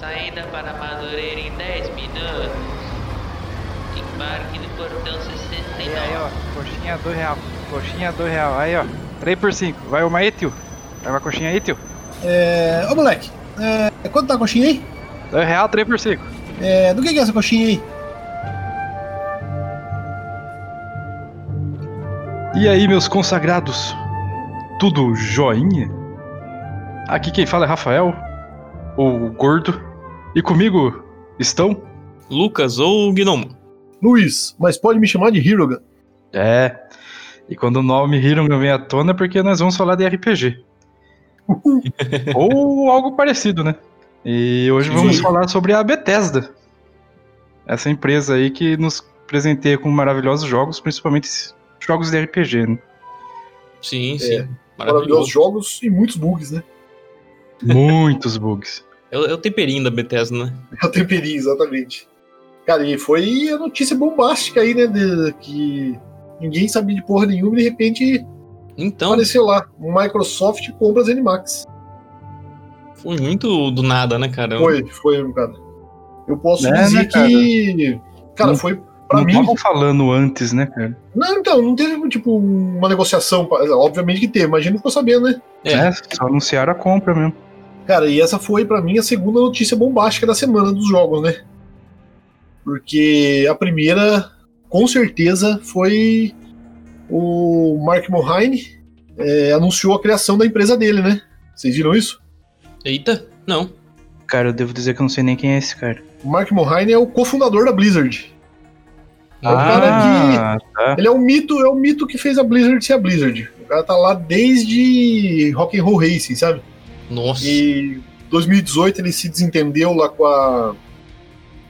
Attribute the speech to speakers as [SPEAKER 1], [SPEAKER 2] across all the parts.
[SPEAKER 1] Saída para Madureira em 10 minutos. Embarque do portão 69.
[SPEAKER 2] Aí, aí, ó. Coxinha do real. Coxinha do real. Aí, ó. 3 por 5. Vai uma aí, tio. Vai uma coxinha aí, tio.
[SPEAKER 3] É. Ô moleque, é, quanto tá a coxinha aí?
[SPEAKER 2] 2 real, 3 por 5.
[SPEAKER 3] É, do que, que é essa coxinha aí?
[SPEAKER 4] E aí, meus consagrados? Tudo joinha? Aqui quem fala é Rafael, o gordo, e comigo estão.
[SPEAKER 5] Lucas ou Gnomo.
[SPEAKER 3] Luiz, mas pode me chamar de Hiroga.
[SPEAKER 4] É, e quando o nome Hiroga vem à tona é porque nós vamos falar de RPG. ou algo parecido, né? E hoje vamos
[SPEAKER 3] Sim.
[SPEAKER 4] falar sobre a Bethesda. Essa empresa aí que nos presenteia com maravilhosos jogos, principalmente esses jogos de RPG, né?
[SPEAKER 3] É,
[SPEAKER 5] Sim, sim.
[SPEAKER 3] Maravilhosos
[SPEAKER 5] Maravilhoso.
[SPEAKER 3] jogos e muitos bugs, né?
[SPEAKER 4] Muitos bugs.
[SPEAKER 5] É o é o temperinho da Bethesda, né?
[SPEAKER 3] É o temperinho, exatamente. Cara, e foi a notícia bombástica aí, né? de- que ninguém sabia de porra nenhuma e de repente
[SPEAKER 5] Então,
[SPEAKER 3] apareceu lá. Microsoft compra as Animax.
[SPEAKER 5] foi muito do nada, né, cara?
[SPEAKER 3] Foi, foi, cara. Eu posso
[SPEAKER 4] Né, né,
[SPEAKER 3] dizer que. Cara,
[SPEAKER 4] Não-
[SPEAKER 3] foi. Pra
[SPEAKER 4] não
[SPEAKER 3] mim,
[SPEAKER 4] estavam falando antes, né, cara?
[SPEAKER 3] Não, então, não teve, tipo, uma negociação. pa- Obviamente que teve, mas a gente não ficou sabendo, né?
[SPEAKER 5] É.
[SPEAKER 4] É, só anunciaram a compra mesmo.
[SPEAKER 3] Cara, e essa foi, pra mim, a segunda notícia bombástica da semana dos jogos, né? Porque a primeira, com certeza, foi o Mark Mohine eh, anunciou a criação da empresa dele, né? Vocês viram isso?
[SPEAKER 5] Eita, não.
[SPEAKER 4] Cara, eu devo dizer que eu não sei nem quem é esse cara.
[SPEAKER 3] O Mark Mohine é o cofundador da Blizzard. É o cara
[SPEAKER 4] Ah,
[SPEAKER 3] Ele é um mito, é um mito que fez a Blizzard ser a Blizzard. O cara tá lá desde Rock'n'Roll Racing, sabe?
[SPEAKER 5] Nossa.
[SPEAKER 3] E 2018 ele se desentendeu lá com a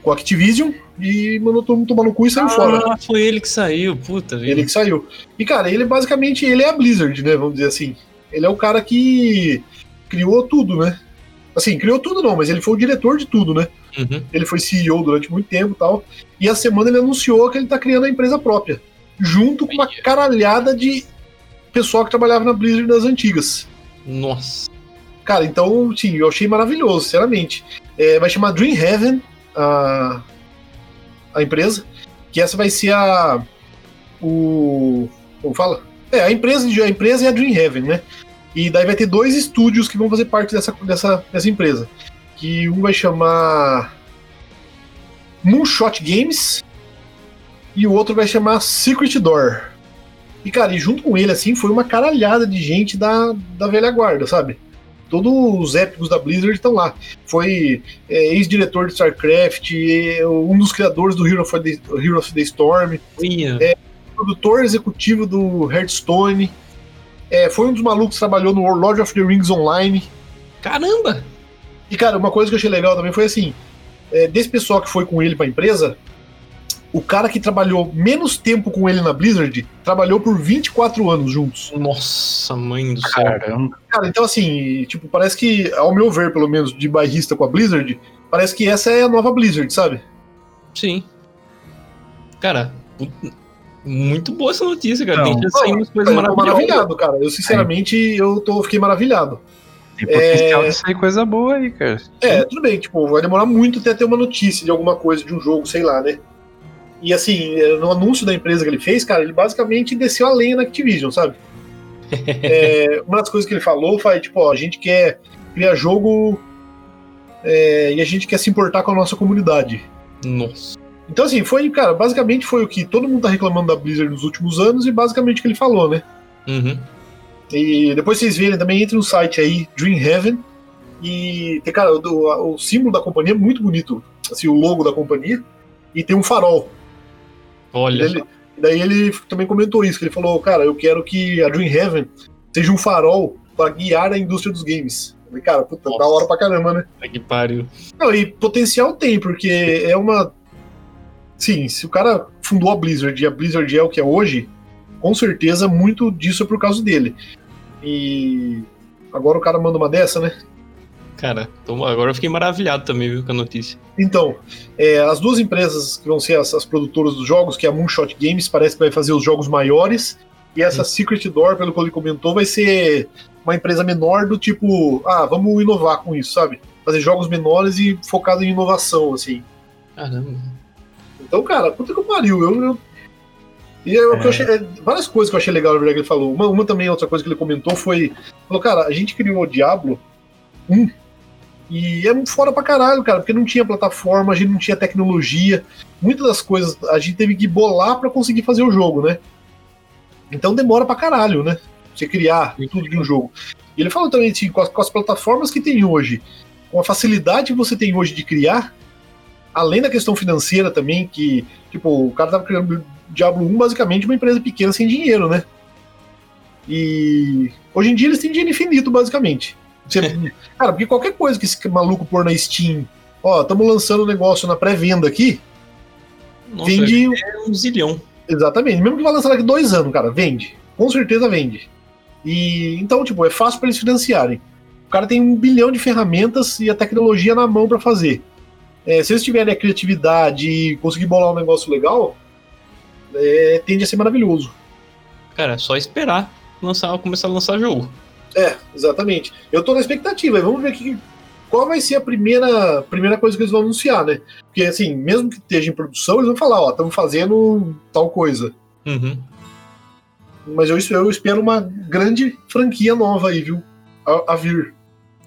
[SPEAKER 3] com a Activision e mandou todo mundo tomar no cu e saiu fora.
[SPEAKER 5] Ah, foi ele que saiu, puta vida.
[SPEAKER 3] Ele que saiu. E cara, ele basicamente ele é a Blizzard, né? Vamos dizer assim. Ele é o cara que criou tudo, né? Assim, criou tudo não, mas ele foi o diretor de tudo, né?
[SPEAKER 5] Uhum.
[SPEAKER 3] Ele foi CEO durante muito tempo e tal. E a semana ele anunciou que ele tá criando a empresa própria. Junto com uma caralhada de pessoal que trabalhava na Blizzard das antigas.
[SPEAKER 5] Nossa.
[SPEAKER 3] Cara, então, sim, eu achei maravilhoso, sinceramente. É, vai chamar Dream Heaven a, a empresa, que essa vai ser a. O. Como fala? É, a empresa, a empresa é a Dream Heaven, né? E daí vai ter dois estúdios que vão fazer parte dessa, dessa, dessa empresa. Que um vai chamar Moonshot Games e o outro vai chamar Secret Door. E, cara, e junto com ele, assim, foi uma caralhada de gente da, da velha guarda, sabe? todos os épicos da Blizzard estão lá. Foi é, ex-diretor de StarCraft, é, um dos criadores do Hero of the, Hero of the Storm,
[SPEAKER 5] Ia.
[SPEAKER 3] É. produtor executivo do Hearthstone, é, foi um dos malucos que trabalhou no Lord of the Rings Online.
[SPEAKER 5] Caramba!
[SPEAKER 3] E, cara, uma coisa que eu achei legal também foi assim: é, desse pessoal que foi com ele pra empresa, o cara que trabalhou menos tempo com ele na Blizzard trabalhou por 24 anos juntos.
[SPEAKER 5] Nossa, mãe do céu.
[SPEAKER 4] caramba.
[SPEAKER 3] Cara, então assim, tipo, parece que, ao meu ver, pelo menos, de bairrista com a Blizzard, parece que essa é a nova Blizzard, sabe?
[SPEAKER 5] Sim. Cara, put- muito boa essa notícia, cara.
[SPEAKER 4] Não.
[SPEAKER 5] Tem já saído umas coisas
[SPEAKER 3] Eu tô
[SPEAKER 5] maravilhosas.
[SPEAKER 3] maravilhado, cara. Eu, sinceramente, eu tô, fiquei maravilhado.
[SPEAKER 4] Tem potencial de sair coisa boa aí, cara.
[SPEAKER 3] É, tudo bem, tipo, vai demorar muito até ter uma notícia de alguma coisa, de um jogo, sei lá, né? E assim, eh, no anúncio da empresa que ele fez, cara, ele basicamente desceu a lenha na Activision, sabe? É, uma das coisas que ele falou foi, tipo, ó, a gente quer criar jogo eh, e a gente quer se importar com a nossa comunidade.
[SPEAKER 5] Nossa.
[SPEAKER 3] Então, assim, foi, cara, basicamente foi o que todo mundo tá reclamando da Blizzard nos últimos anos e basicamente o que ele falou, né?
[SPEAKER 5] Uhum.
[SPEAKER 3] E depois vocês verem também, entre no site aí, Dream Heaven. E tem, cara, o, do- o símbolo da companhia é muito bonito. Assim, o logo da companhia. E tem um farol.
[SPEAKER 5] Olha.
[SPEAKER 3] Ele- daí ele também comentou isso, que ele falou, cara, eu quero que a Dream Heaven seja um farol para guiar a indústria dos games. Eu falei, cara, puta,
[SPEAKER 5] Nossa.
[SPEAKER 3] da hora pra caramba, né?
[SPEAKER 5] Puta que pariu.
[SPEAKER 3] Não, e potencial tem, porque é uma. Sim, se o cara fundou a Blizzard e a Blizzard é o que é hoje, com certeza muito disso é por causa dele. E agora o cara manda uma dessa, né?
[SPEAKER 5] Cara, tô- agora eu fiquei maravilhado também, viu, com a notícia.
[SPEAKER 3] Então, é, as duas empresas que vão ser as, as produtoras dos jogos, que é a Moonshot Games, parece que vai fazer os jogos maiores, e essa Secret Door, pelo que ele comentou, vai ser uma empresa menor do tipo, ah, vamos inovar com isso, sabe? fazer jogos menores e focado em inovação, assim.
[SPEAKER 5] Caramba.
[SPEAKER 3] Então, cara, puta que pariu. Eu, eu... E é o que eu achei, é, várias coisas que eu achei legal na verdade, que ele falou. Uma, uma também, outra coisa que ele comentou foi: falou, cara, a gente criou o Diablo 1 e é fora pra caralho, cara, porque não tinha plataforma, a gente não tinha tecnologia. Muitas das coisas a gente teve que bolar pra conseguir fazer o jogo, né? Então demora pra caralho, né? Você criar tudo de um jogo. E ele falou também assim, com as, com as plataformas que tem hoje, com a facilidade que você tem hoje de criar, além da questão financeira também, que, tipo, o cara tava criando Diablo 1 basicamente uma empresa pequena sem dinheiro, né? E hoje em dia eles têm dinheiro infinito, basicamente. Você- cara, porque qualquer coisa que esse maluco pôr na Steam, ó, estamos lançando um negócio na pré-venda aqui,
[SPEAKER 5] Nossa,
[SPEAKER 3] vende
[SPEAKER 5] é um zilhão.
[SPEAKER 3] Exatamente. Mesmo que vá lançar daqui dois anos, cara, vende. Com certeza vende. E então, tipo, é fácil para eles financiarem. O cara tem um bilhão de ferramentas e a tecnologia na mão para fazer. É, se eles tiverem a criatividade e conseguir bolar um negócio legal, é, tende a ser maravilhoso.
[SPEAKER 5] Cara, é só esperar lançar, começar a lançar jogo.
[SPEAKER 3] É, exatamente. Eu tô na expectativa, vamos ver que, qual vai ser a primeira, primeira coisa que eles vão anunciar, né? Porque, assim, mesmo que esteja em produção, eles vão falar, ó, estamos fazendo tal coisa.
[SPEAKER 5] Uhum.
[SPEAKER 3] Mas eu, eu espero uma grande franquia nova aí, viu? A, a vir.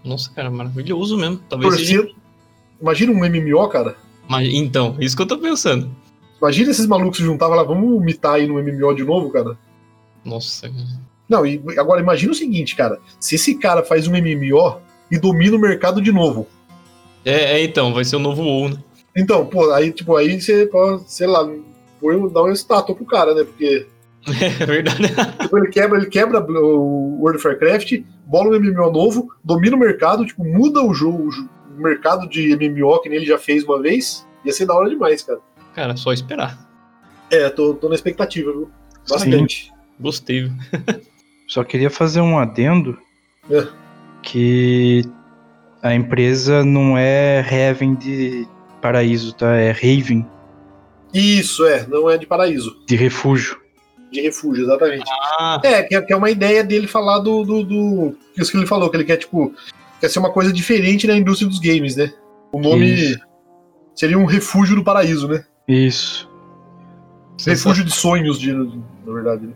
[SPEAKER 5] Nossa, cara, maravilhoso mesmo. Talvez seja.
[SPEAKER 3] Torcer. Imagina um MMO, cara.
[SPEAKER 5] Mas, então, isso que eu tô pensando.
[SPEAKER 3] Imagina esses malucos se juntavam lá, vamos mitar aí no MMO de novo, cara.
[SPEAKER 5] Nossa, cara.
[SPEAKER 3] Não, e agora imagina o seguinte, cara. Se esse cara faz um MMO e domina o mercado de novo.
[SPEAKER 5] É, é, então, vai ser o novo WoW, né?
[SPEAKER 3] Então, pô, aí, tipo, aí você pode, sei lá, foi dar uma estátua pro cara, né? Porque
[SPEAKER 5] É verdade.
[SPEAKER 3] tipo, ele quebra, ele quebra o World of Warcraft, bola um MMO novo, domina o mercado, tipo, muda o jogo, o jo- o mercado de MMO que nem ele já fez uma vez. Ia ser da hora demais, cara.
[SPEAKER 5] Cara, só esperar.
[SPEAKER 3] É, tô, tô na expectativa, viu? Bastante.
[SPEAKER 5] Gostei. viu?
[SPEAKER 4] Só queria fazer um adendo
[SPEAKER 3] É.
[SPEAKER 4] que a empresa não é Heaven de paraíso, tá? É Raven
[SPEAKER 3] Isso, é, não é de paraíso,
[SPEAKER 4] de refúgio.
[SPEAKER 3] de refúgio, exatamente.
[SPEAKER 5] Ah,
[SPEAKER 3] É, que é, que é uma ideia dele falar do, do, do- Isso que ele falou, que ele quer, tipo. Quer ser uma coisa diferente na indústria dos games, né? O nome
[SPEAKER 4] Isso.
[SPEAKER 3] seria um refúgio do paraíso, né?
[SPEAKER 4] Isso.
[SPEAKER 3] Refúgio de sonhos, de, na verdade. né?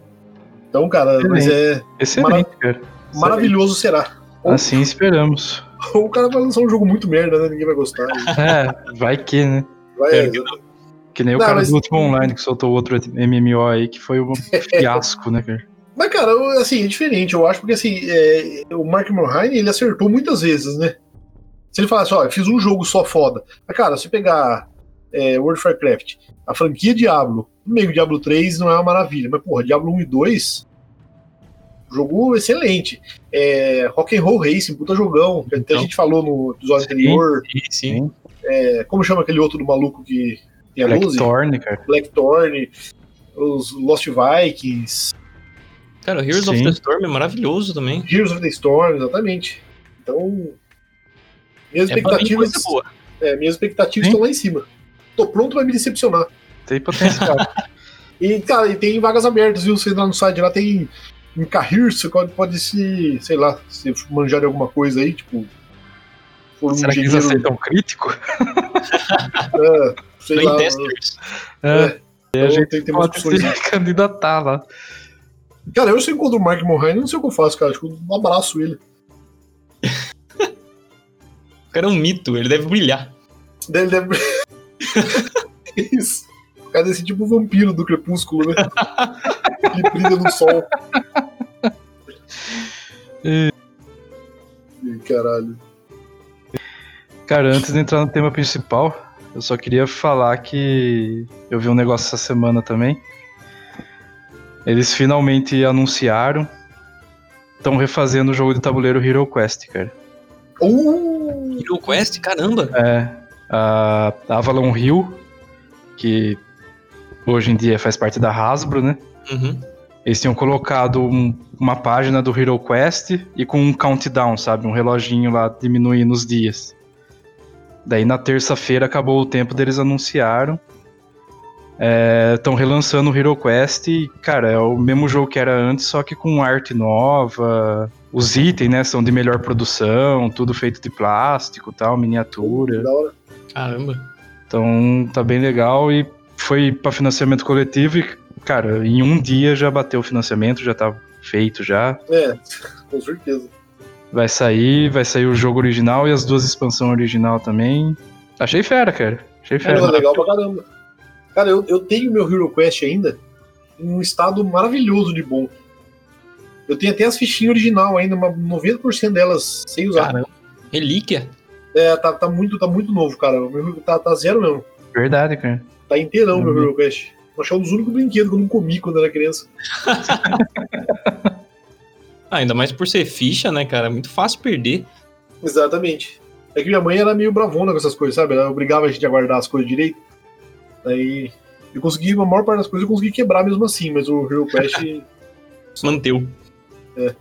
[SPEAKER 3] Então, cara, mas é.
[SPEAKER 4] Excelente, cara.
[SPEAKER 3] Maravilhoso será.
[SPEAKER 4] Assim esperamos.
[SPEAKER 3] Ou o cara vai lançar um jogo muito merda, né? Ninguém vai gostar.
[SPEAKER 4] É, vai que, né?
[SPEAKER 3] Vai,
[SPEAKER 5] Espero
[SPEAKER 3] é,
[SPEAKER 4] Que nem o
[SPEAKER 3] Não,
[SPEAKER 4] cara
[SPEAKER 3] mas- É.
[SPEAKER 4] do último online que soltou outro MMO aí, que foi um fiasco, né, cara?
[SPEAKER 3] Mas, cara, eu, assim, é diferente, eu acho, porque assim, é, o Mark Morheim, ele acertou muitas vezes, né? Se ele falasse, ó, eu fiz um jogo só foda. Mas, cara, se pegar é, World of Warcraft, a franquia Diablo, no meio Diablo 3 não é uma maravilha, mas, porra, Diablo 1 e 2, jogo excelente. É, Rock'n'Roll Racing, puta jogão, que até a
[SPEAKER 5] Então.
[SPEAKER 3] gente falou no episódio
[SPEAKER 4] Sim.
[SPEAKER 3] anterior,
[SPEAKER 5] Sim, sim.
[SPEAKER 3] é, como chama aquele outro do maluco que tem a É luz?
[SPEAKER 4] Blackthorn, cara.
[SPEAKER 3] Blackthorn, os Lost Vikings,
[SPEAKER 5] Cara, o Heroes of
[SPEAKER 4] Sim.
[SPEAKER 5] the Storm é maravilhoso também.
[SPEAKER 3] Heroes of the Storm, exatamente. Então, minhas
[SPEAKER 5] É pra mim
[SPEAKER 3] expectativas,
[SPEAKER 5] coisa boa.
[SPEAKER 3] é, minhas expectativas
[SPEAKER 4] Sim.
[SPEAKER 3] estão lá em cima. Tô pronto pra me decepcionar.
[SPEAKER 4] Tem potencial.
[SPEAKER 3] E, cara, e tem vagas abertas, viu? Você entrar no site lá, tem em Carreer, você pode, pode se, sei lá, se manjar de alguma coisa aí, tipo, por um
[SPEAKER 4] Será que eles
[SPEAKER 3] engenheiro,
[SPEAKER 4] aceitam crítico?
[SPEAKER 3] é, sei lá,
[SPEAKER 5] Playtesters.
[SPEAKER 4] É,
[SPEAKER 3] então
[SPEAKER 4] né? a gente
[SPEAKER 3] tem, tem umas
[SPEAKER 4] pode
[SPEAKER 3] opções.
[SPEAKER 4] se candidatar lá.
[SPEAKER 3] Cara, eu se eu encontro o Mark Mohan, não sei o que eu faço, cara, tipo, um abraço ele.
[SPEAKER 5] O cara é um mito, ele deve brilhar.
[SPEAKER 3] Deve, deve... Isso. O cara desse tipo vampiro do crepúsculo, né? que brilha no sol. Ih, Caralho.
[SPEAKER 4] Cara, antes de entrar no tema principal, eu só queria falar que eu vi um negócio essa semana também. Eles finalmente anunciaram. Estão refazendo o jogo de tabuleiro Hero Quest, cara.
[SPEAKER 3] Uh,
[SPEAKER 5] Hero Quest, caramba.
[SPEAKER 4] É. A Avalon Hill, que hoje em dia faz parte da Hasbro, né?
[SPEAKER 5] Uhum.
[SPEAKER 4] Eles tinham colocado um- uma página do Hero Quest e com um countdown, sabe? Um reloginho lá diminuindo os dias. Daí na terça-feira acabou o tempo deles anunciaram. Estão é relançando o Hero Quest e, cara, é o mesmo jogo que era antes, só que com arte nova, os itens, né, são de melhor produção, tudo feito de plástico, tal, miniatura.
[SPEAKER 3] Da hora.
[SPEAKER 5] Caramba.
[SPEAKER 4] Então tá bem legal e foi para financiamento coletivo e, cara, em um dia já bateu o financiamento, já tá feito já.
[SPEAKER 3] É, com certeza.
[SPEAKER 4] Vai sair, vai sair o jogo original e as duas expansões original também. Achei fera, cara. Achei fera.
[SPEAKER 3] Porra, legal pra caramba. Cara, eu, eu tenho meu Hero Quest ainda em um estado maravilhoso de bom. Eu tenho até as fichinhas original ainda, uma- 90% delas sem usar.
[SPEAKER 5] Caramba. Relíquia.
[SPEAKER 3] É, tá, tá muito, tá muito novo, cara. O meu tá, tá zero mesmo.
[SPEAKER 4] Verdade, cara.
[SPEAKER 3] Tá inteirão meu
[SPEAKER 4] Uhum.
[SPEAKER 3] Hero Quest. Eu Acho que é um dos únicos brinquedos que eu não comi quando era criança.
[SPEAKER 5] Ah, ainda mais por ser ficha, né, cara? É Muito fácil perder.
[SPEAKER 3] Exatamente. É que minha mãe era meio bravona com essas coisas, sabe? Ela obrigava a gente a guardar as coisas direito. Aí eu consegui, a maior parte das coisas eu consegui quebrar mesmo assim, mas o Hero Quest.
[SPEAKER 5] Manteu.
[SPEAKER 4] É.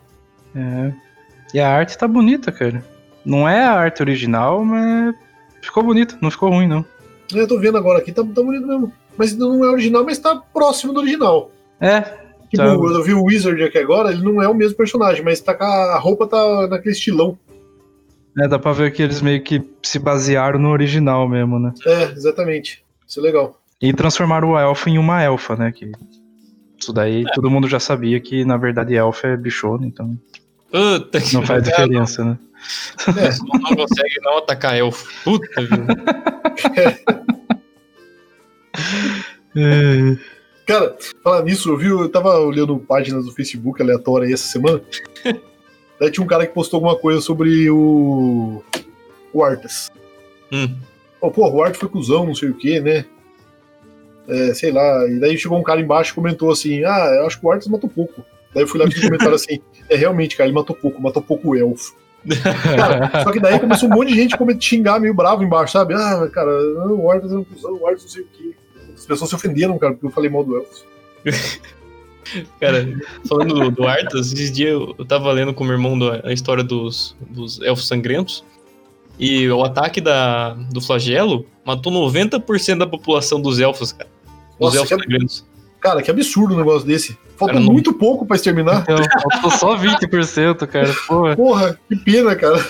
[SPEAKER 4] E a arte tá bonita, cara. Não é a arte original, mas ficou bonito, não ficou ruim, não.
[SPEAKER 3] eu tô vendo agora aqui, tá, tá bonito mesmo. Mas não é original, mas tá próximo do original.
[SPEAKER 4] É, Tá.
[SPEAKER 3] Tipo, eu vi o Wizard aqui agora, ele não é o mesmo personagem, mas tá com a a roupa tá naquele estilão.
[SPEAKER 4] né, dá pra ver que eles meio que se basearam no original mesmo, né?
[SPEAKER 3] É, exatamente. Isso é legal.
[SPEAKER 4] E transformaram o elfo em uma elfa, né? Que isso daí
[SPEAKER 5] É.
[SPEAKER 4] todo mundo já sabia que, na verdade, elfa é bichona, então
[SPEAKER 5] Puta que
[SPEAKER 4] não faz diferença, né?
[SPEAKER 5] não, não consegue não atacar elfo. Puta, viu?
[SPEAKER 4] É.
[SPEAKER 3] Cara, falar nisso, eu vi, eu tava olhando páginas do Facebook aleatória aí essa semana. Daí tinha um cara que postou alguma coisa sobre o. O Artas.
[SPEAKER 5] Hum.
[SPEAKER 3] Pô, pô, o Artas foi cuzão, não sei o que, né? É, sei lá. E daí chegou um cara embaixo e comentou assim: Ah, eu acho que o Artas matou pouco. Daí eu fui lá e fiz um comentário assim: É realmente, cara, ele matou pouco, matou pouco o elfo. Cara, só que daí começou um monte de gente começar a xingar meio bravo embaixo, sabe? Ah, cara, não, o Arthur é um cuzão, o Arthur não sei o quê. As pessoas se ofenderam, cara, porque eu falei mal do Elfos.
[SPEAKER 5] Cara, falando do, do Arthas, esses dias eu, eu tava lendo com o meu irmão do- a história dos, dos elfos sangrentos. E o ataque da, do flagelo matou 90% da população dos elfos, cara. Os
[SPEAKER 3] Nossa,
[SPEAKER 5] elfos
[SPEAKER 3] que ab-
[SPEAKER 5] sangrentos.
[SPEAKER 3] Cara, que absurdo um negócio desse. Falta
[SPEAKER 5] Cara, não-
[SPEAKER 3] muito pouco pra exterminar.
[SPEAKER 4] Então, faltou só 20%, cara. Pô,
[SPEAKER 3] Porra, que pena, cara.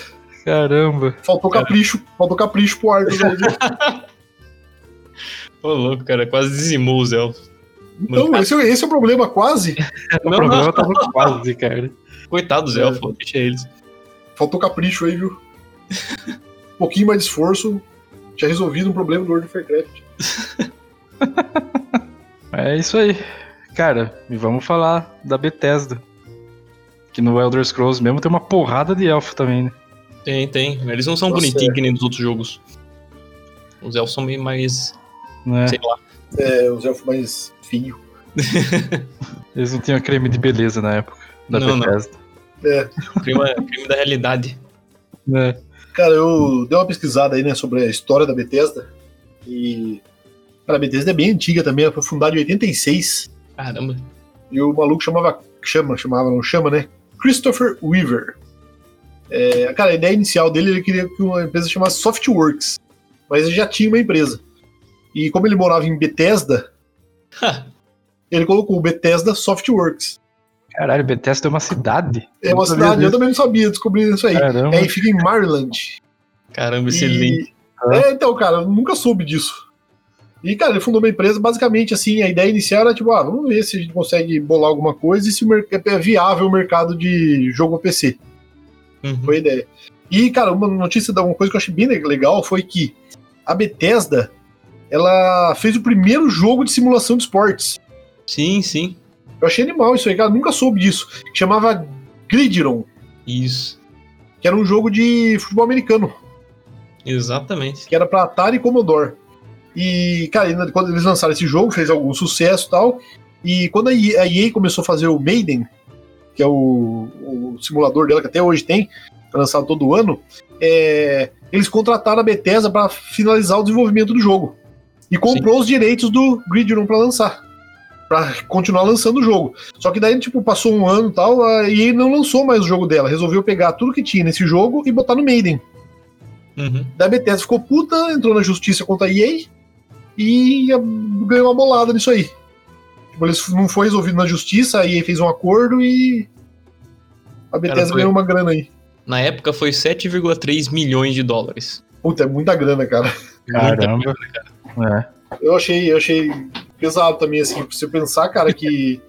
[SPEAKER 4] caramba.
[SPEAKER 3] Faltou capricho, faltou capricho pro Arthur. né?
[SPEAKER 5] Ô, louco, cara, quase dizimou os elfos.
[SPEAKER 3] Então, esse, é- esse é o problema, quase.
[SPEAKER 4] O
[SPEAKER 5] Não,
[SPEAKER 4] problema
[SPEAKER 5] não.
[SPEAKER 4] tava quase, cara.
[SPEAKER 5] Coitado dos
[SPEAKER 3] É.
[SPEAKER 5] elfos, deixa eles.
[SPEAKER 3] Faltou capricho aí, viu? Um pouquinho mais de esforço, tinha resolvido um problema do World of Warcraft.
[SPEAKER 4] É isso aí. Cara, e vamos falar da Bethesda. Que no Elder Scrolls mesmo tem uma porrada de elfo também, né?
[SPEAKER 5] Tem, tem. Eles não são
[SPEAKER 3] Nossa,
[SPEAKER 5] bonitinhos
[SPEAKER 3] é.
[SPEAKER 5] que nem dos outros jogos. Os elfos são meio mais.
[SPEAKER 4] Né?
[SPEAKER 5] Sei lá.
[SPEAKER 3] É, os elfos mais fios.
[SPEAKER 4] Eles não tinham creme de beleza na época da
[SPEAKER 5] Não, não.
[SPEAKER 4] Bethesda.
[SPEAKER 3] É.
[SPEAKER 5] Prima, prima da realidade.
[SPEAKER 4] né?
[SPEAKER 3] Cara, eu dei uma pesquisada aí, né, sobre a história da Bethesda. E. Cara, a Bethesda é bem antiga também, ela foi fundada em 86.
[SPEAKER 5] Caramba.
[SPEAKER 3] E o maluco chamava. Chama, chamava, não chama, né? Christopher Weaver. É, cara, a ideia inicial dele, ele queria que uma empresa chamasse Softworks. Mas ele já tinha uma empresa. E como ele morava em Bethesda,
[SPEAKER 5] Ha,
[SPEAKER 3] ele colocou Bethesda Softworks.
[SPEAKER 4] Caralho, Bethesda é uma cidade.
[SPEAKER 3] É uma
[SPEAKER 4] Não sabia
[SPEAKER 3] cidade, eu
[SPEAKER 4] disso.
[SPEAKER 3] também não sabia, descobri isso aí.
[SPEAKER 4] Caramba.
[SPEAKER 3] É, e fica em Maryland.
[SPEAKER 5] Caramba, esse
[SPEAKER 3] E-
[SPEAKER 5] link.
[SPEAKER 3] É, então, cara, eu nunca soube disso. E, cara, ele fundou uma empresa, basicamente, assim, a ideia inicial era, tipo, ah, vamos ver se a gente consegue bolar alguma coisa e se o mer- é viável o mercado de jogo pra PC.
[SPEAKER 5] Uhum.
[SPEAKER 3] Foi a ideia. E, cara, uma notícia de uma coisa que eu achei bem le- legal foi que a Bethesda, ela fez o primeiro jogo de simulação de esportes.
[SPEAKER 5] Sim, sim.
[SPEAKER 3] Eu achei animal isso aí, cara, eu nunca soube disso. Chamava Gridiron,
[SPEAKER 5] Isso.
[SPEAKER 3] que era um jogo de futebol americano.
[SPEAKER 5] Exatamente.
[SPEAKER 3] que era para Atari e Commodore. E, cara, ainda- quando eles lançaram esse jogo, fez algum sucesso e tal. E quando a EA, a EA começou a fazer o Maiden, que é o, o simulador dela, que até hoje tem, é lançado todo ano, é, eles contrataram a Bethesda para finalizar o desenvolvimento do jogo. E comprou os direitos do Gridiron para lançar. Pra continuar lançando o jogo. Só que daí, tipo, passou um ano e tal, a EA não lançou mais o jogo dela. Resolveu pegar tudo que tinha nesse jogo e botar no Maiden
[SPEAKER 5] Uhum.
[SPEAKER 3] da Bethesda ficou puta, entrou na justiça contra a EA e a- ganhou uma bolada nisso aí. Tipo, eles não foi resolvido na justiça, a EA fez um acordo e A
[SPEAKER 5] Cara,
[SPEAKER 3] Bethesda
[SPEAKER 5] foi-
[SPEAKER 3] ganhou uma grana aí.
[SPEAKER 5] Na época foi 7,3 milhões de dólares.
[SPEAKER 3] Puta, é muita grana, cara.
[SPEAKER 5] Muita
[SPEAKER 4] Caramba. É.
[SPEAKER 3] Eu achei, eu achei pesado também, assim, pra você pensar, cara, que.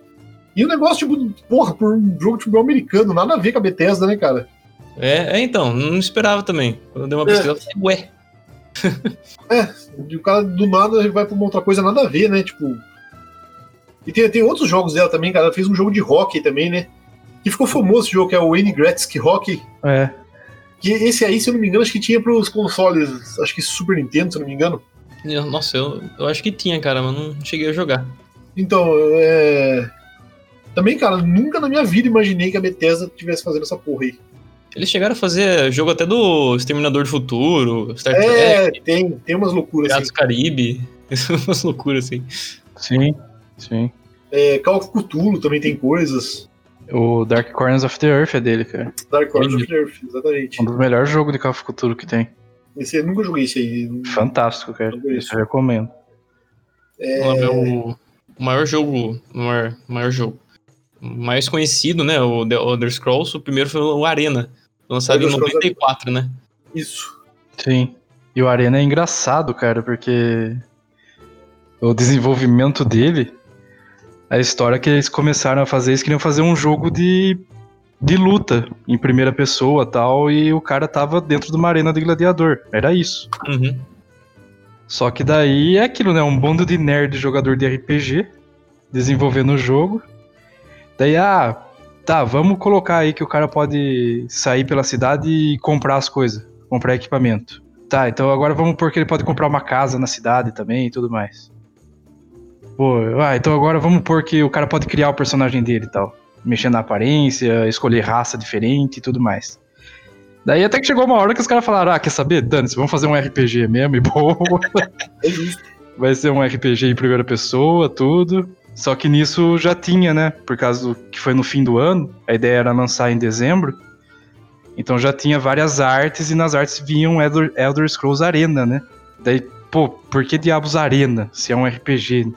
[SPEAKER 3] E o negócio, tipo, porra, por um jogo de futebol americano, nada a ver com a Bethesda, né, cara?
[SPEAKER 5] É, é, então, não esperava também. Quando eu
[SPEAKER 3] É.
[SPEAKER 5] dei uma pesquisa, eu falei, ué.
[SPEAKER 3] E o cara do nada ele vai pra uma outra coisa, nada a ver, né? Tipo. E tem, tem outros jogos dela também, cara. Ela fez um jogo de hockey também, né? Que ficou famoso esse jogo, que é o Wayne Gretzky Hockey.
[SPEAKER 4] É.
[SPEAKER 3] Que esse aí, se eu não me engano, acho que tinha pros consoles, acho que Super Nintendo, se eu não me engano.
[SPEAKER 5] E eu- Nossa, eu, eu acho que tinha, cara, mas não cheguei a jogar.
[SPEAKER 3] Então, é. Também, cara, nunca na minha vida imaginei que a Bethesda tivesse fazendo essa porra aí.
[SPEAKER 5] Eles chegaram a fazer jogo até do Exterminador do Futuro, Star Trek,
[SPEAKER 3] É, tem, tem umas loucuras assim.
[SPEAKER 5] Piratas do Caribe. Umas loucuras assim.
[SPEAKER 4] Sim, sim.
[SPEAKER 3] É, Call of Cthulhu também tem coisas.
[SPEAKER 4] O Dark Corners of the Earth é dele, cara.
[SPEAKER 3] Dark Horse of
[SPEAKER 5] Entendi.
[SPEAKER 3] the Earth, exatamente.
[SPEAKER 4] Um dos melhores jogos de Call of Cthulhu que tem.
[SPEAKER 3] Esse, eu nunca joguei isso aí.
[SPEAKER 4] Fantástico, cara. Isso eu recomendo.
[SPEAKER 5] Vamos lá ver o, o maior jogo, o maior, o maior jogo. O mais conhecido, né? O The Elder Scrolls, o primeiro foi o Arena. Lançado em
[SPEAKER 3] Elder Scrolls
[SPEAKER 5] 94, né?
[SPEAKER 3] Isso.
[SPEAKER 4] Sim. E o Arena é engraçado, cara, porque o desenvolvimento dele, a história que eles começaram a fazer, eles queriam fazer um jogo de, de luta em primeira pessoa tal, e o cara tava dentro de uma arena de gladiador. Era isso.
[SPEAKER 5] Uhum.
[SPEAKER 4] Só que daí é aquilo, né? Um bando de nerd jogador de RPG desenvolvendo o jogo. Daí, ah, tá, vamos colocar aí que o cara pode sair pela cidade e comprar as coisas, comprar equipamento. Tá, então agora vamos pôr que ele pode comprar uma casa na cidade também e tudo mais. Pô, ah, então agora vamos pôr que o cara pode criar o personagem dele e tal. Mexer na aparência, escolher raça diferente e tudo mais. Daí até que chegou uma hora que os caras falaram, ah, quer saber? Dane-se, vamos fazer um RPG mesmo e boa.
[SPEAKER 3] É justo.
[SPEAKER 4] Vai ser um RPG em primeira pessoa, tudo. Só que nisso já tinha, né? Por causa do que foi no fim do ano. A ideia era lançar em dezembro. Então já tinha várias artes e nas artes vinham Elder, Elder Scrolls Arena, né? Daí, pô, por que diabos Arena se é um RPG?